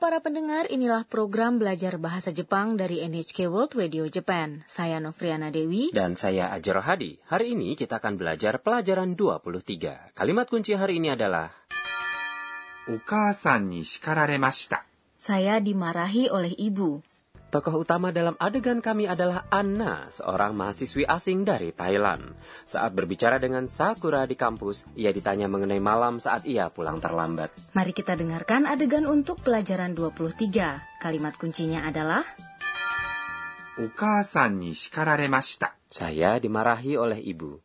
para pendengar, inilah program belajar bahasa Jepang dari NHK World Radio Japan. Saya Novriana Dewi. Dan saya Ajar Hadi. Hari ini kita akan belajar pelajaran 23. Kalimat kunci hari ini adalah お母さんに叱られました。 Saya dimarahi oleh ibu. Tokoh utama dalam adegan kami adalah Anna, seorang mahasiswi asing dari Thailand. Saat berbicara dengan Sakura di kampus, ia ditanya mengenai malam saat ia pulang terlambat. Mari kita dengarkan adegan untuk pelajaran 23. Kalimat kuncinya adalah お母さんに叱られました。 Saya dimarahi oleh ibu.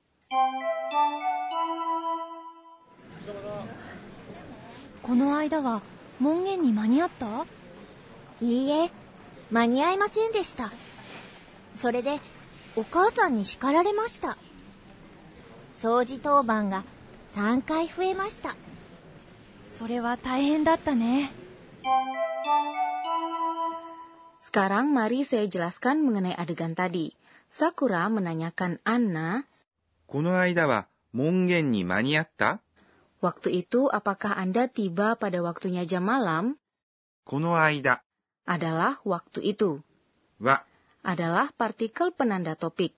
Sekarang mari saya jelaskan mengenai adegan tadi. Sakura menanyakan Anna, この間は門限に間に合った waktu itu apakah Anda tiba pada waktunya jam malam? この間 Adalah waktu itu. は Adalah partikel penanda topik.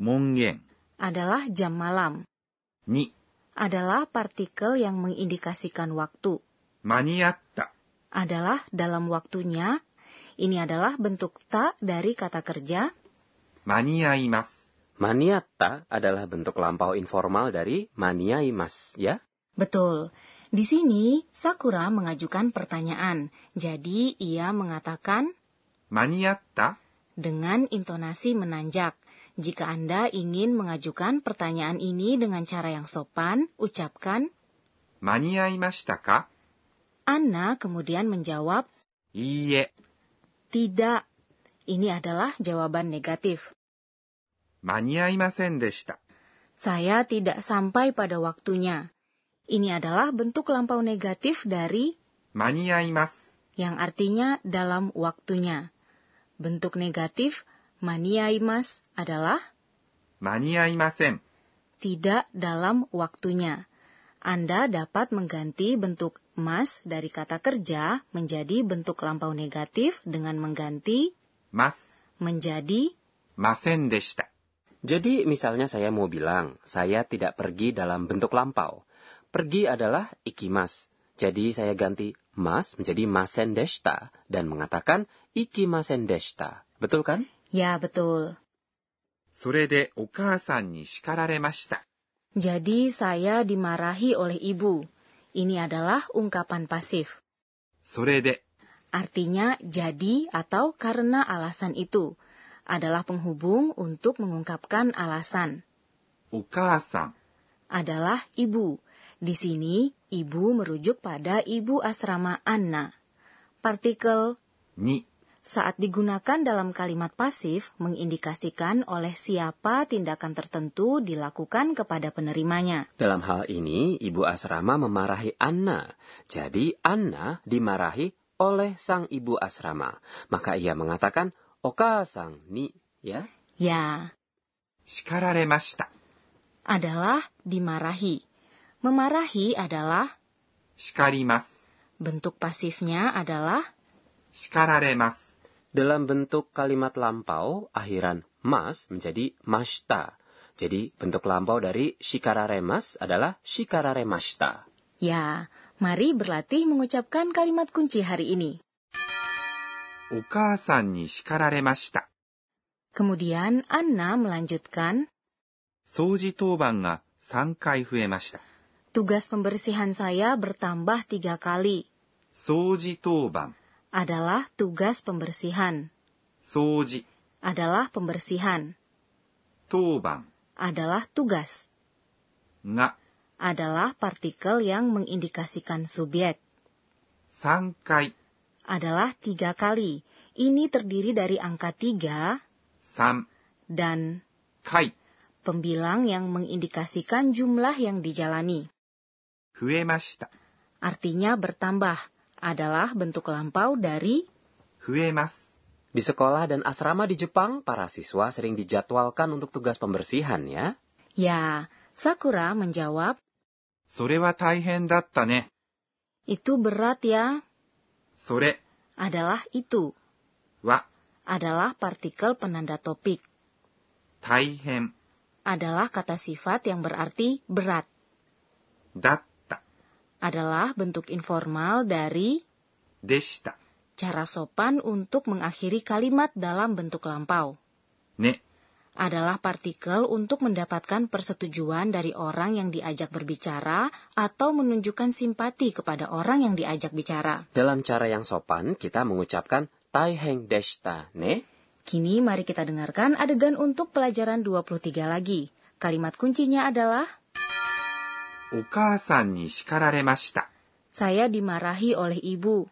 門限 Adalah jam malam. に Adalah partikel yang mengindikasikan waktu. 間に合った。 Adalah dalam waktunya. Ini adalah bentuk ta dari kata kerja. 間に合います。 Maniatta adalah bentuk lampau informal dari maniaimas, ya? Betul. Di sini, Sakura mengajukan pertanyaan. Jadi, ia mengatakan 間に合った dengan intonasi menanjak. Jika Anda ingin mengajukan pertanyaan ini dengan cara yang sopan, ucapkan 間に合いましたか Anna kemudian menjawab いいえ、 tidak. Ini adalah jawaban negatif. 間に合いませんでした。 Saya tidak sampai pada waktunya. Ini adalah bentuk lampau negatif dari 間に合います。 yang artinya dalam waktunya. Bentuk negatif maniaimas adalah 間に合いません。 tidak dalam waktunya. Anda dapat mengganti bentuk mas dari kata kerja menjadi bentuk lampau negatif dengan mengganti ます。 menjadi ませんでした。 Jadi misalnya saya mau bilang, saya tidak pergi dalam bentuk lampau. Pergi adalah ikimas. Jadi saya ganti mas menjadi masen deshita dan mengatakan ikimasen deshita. Betul kan? ya betul. それでお母さんに叱られました。 Jadi saya dimarahi oleh ibu. Ini adalah ungkapan pasif. それで Artinya jadi atau karena alasan itu adalah penghubung untuk mengungkapkan alasan. お母さん Adalah ibu. Di sini ibu merujuk pada ibu asrama Anna. Partikel に saat digunakan dalam kalimat pasif mengindikasikan oleh siapa tindakan tertentu dilakukan kepada penerimanya. Dalam hal ini, ibu asrama memarahi Anna. Jadi Anna dimarahi oleh sang ibu asrama. Maka ia mengatakan okasang ni, ya. Ya, 叱られました。 adalah dimarahi. Memarahi adalah 叱ります。 bentuk pasifnya adalah 叱られます。 Dalam bentuk kalimat lampau, akhiran mas menjadi mashta. Jadi bentuk lampau dari shikararemas adalah shikararemashita. ya. Mari berlatih mengucapkan kalimat kunci hari ini. お母さんに叱られました。 Kemudian Anna melanjutkan, 掃除当番が3回増えました。 tugas pembersihan saya bertambah tiga kali. 掃除当番、 Adalah tugas pembersihan. 掃除、 Adalah pembersihan. 当番 Adalah tugas. が Adalah partikel yang mengindikasikan subjek. 3回、 Adalah tiga kali. Ini terdiri dari angka tiga, 3 dan 回、 pembilang yang mengindikasikan jumlah yang dijalani. 増えました。 Artinya bertambah adalah bentuk lampau dari 増えます。 Di sekolah dan asrama di Jepang, para siswa sering dijadwalkan untuk tugas pembersihan ya. ya. Sakura menjawab, それは大変だったね。 "Itu berat ya." それ adalah itu, は adalah partikel penanda topik, 大変 adalah kata sifat yang berarti berat, だった adalah bentuk informal dari でした cara sopan untuk mengakhiri kalimat dalam bentuk lampau. ね adalah partikel untuk mendapatkan persetujuan dari orang yang diajak berbicara atau menunjukkan simpati kepada orang yang diajak bicara. Dalam cara yang sopan, kita mengucapkan Taiheng deshita ne. Kini mari kita dengarkan adegan untuk pelajaran 23 lagi. Kalimat kuncinya adalah お母さんに叱られました saya dimarahi oleh ibu.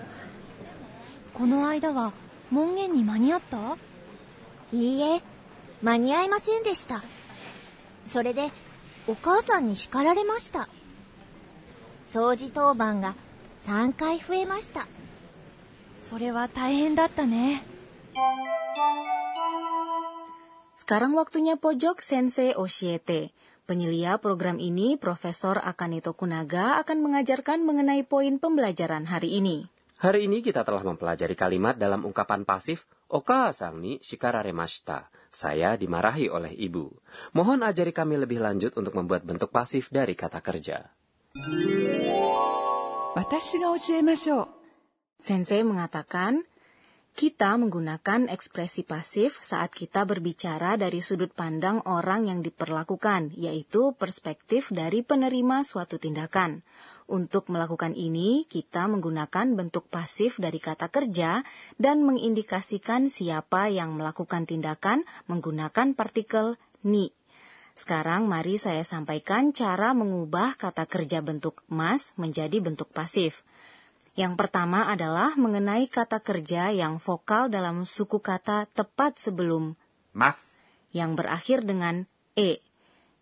「この間は門限に間に合ったいいえ、間に合いませんでした。それで、お母さんに叱られました。掃除当番が3回増えました。それは大変だったね」 Sekarang waktunya pojok Sensei Oshiete. Penyelia program ini, Profesor Akaneto Kunaga akan mengajarkan mengenai poin pembelajaran hari ini. Hari ini kita telah mempelajari kalimat dalam ungkapan pasif Oka sang ni shikararemashita. Saya dimarahi oleh ibu. Mohon ajari kami lebih lanjut untuk membuat bentuk pasif dari kata kerja. 私が教えましょう Sensei mengatakan, kita menggunakan ekspresi pasif saat kita berbicara dari sudut pandang orang yang diperlakukan, yaitu perspektif dari penerima suatu tindakan. Untuk melakukan ini, kita menggunakan bentuk pasif dari kata kerja dan mengindikasikan siapa yang melakukan tindakan menggunakan partikel ni. Sekarang mari saya sampaikan cara mengubah kata kerja bentuk mas menjadi bentuk pasif. Yang pertama adalah mengenai kata kerja yang vokal dalam suku kata tepat sebelum ます、 yang berakhir dengan e.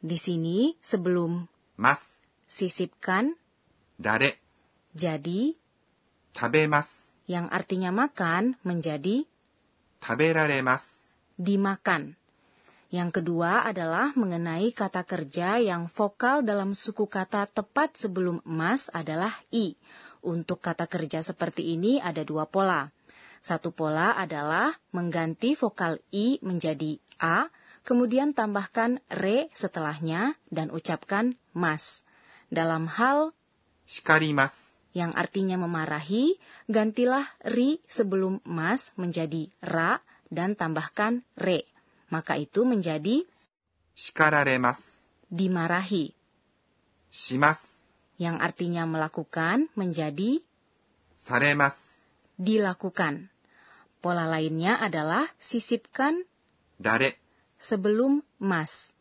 Di sini sebelum ます、 sisipkan 誰、 jadi 食べます、 yang artinya makan menjadi 食べられます、 dimakan. Yang kedua adalah mengenai kata kerja yang vokal dalam suku kata tepat sebelum emas adalah i. Untuk kata kerja seperti ini ada dua pola. Satu pola adalah mengganti vokal i menjadi a, kemudian tambahkan re setelahnya dan ucapkan mas. Dalam hal 叱ります、 yang artinya memarahi, gantilah ri sebelum mas menjadi ra dan tambahkan re. Maka itu menjadi 叱られます、 dimarahi, します、 yang artinya melakukan menjadi されます、 dilakukan. Pola lainnya adalah sisipkan 誰、 sebelum mas,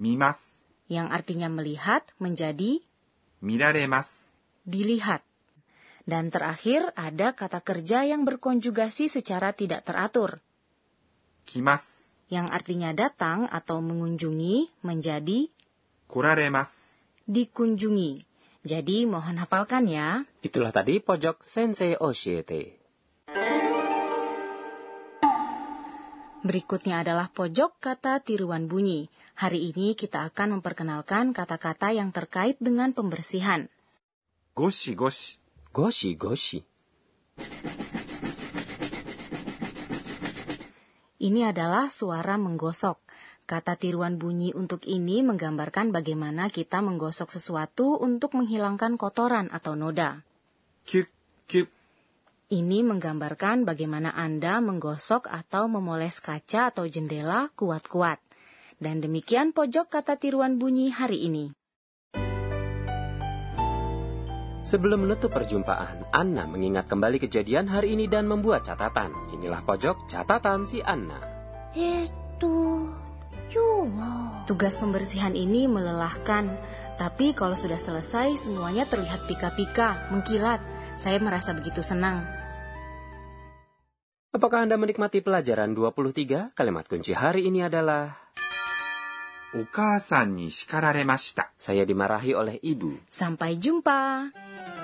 見ます、 yang artinya melihat menjadi 見られます、 dilihat. Dan terakhir ada kata kerja yang berkonjugasi secara tidak teratur, 来ます、 yang artinya datang atau mengunjungi menjadi 来られます、 dikunjungi. Jadi mohon hafalkan ya. Itulah tadi pojok Sensei Oshiete. Berikutnya adalah pojok kata tiruan bunyi. Hari ini kita akan memperkenalkan kata-kata yang terkait dengan pembersihan. ゴシゴシ、 Goshi goshi. Ini adalah suara menggosok. Kata tiruan bunyi untuk ini menggambarkan bagaimana kita menggosok sesuatu untuk menghilangkan kotoran atau noda. キュッキュッ、 Ini menggambarkan bagaimana Anda menggosok atau memoles kaca atau jendela kuat-kuat. Dan demikian pojok kata tiruan bunyi hari ini. Sebelum menutup perjumpaan, Anna mengingat kembali kejadian hari ini dan membuat catatan. Inilah pojok catatan si Anna. えーっと、今日は、 Tugas pembersihan ini melelahkan, tapi kalau sudah selesai semuanya terlihat pika-pika, mengkilat. Saya merasa begitu senang. Apakah Anda menikmati pelajaran 23? Kalimat kunci hari ini adalah お母さんに叱られました。 Saya dimarahi oleh ibu. Sampai jumpa.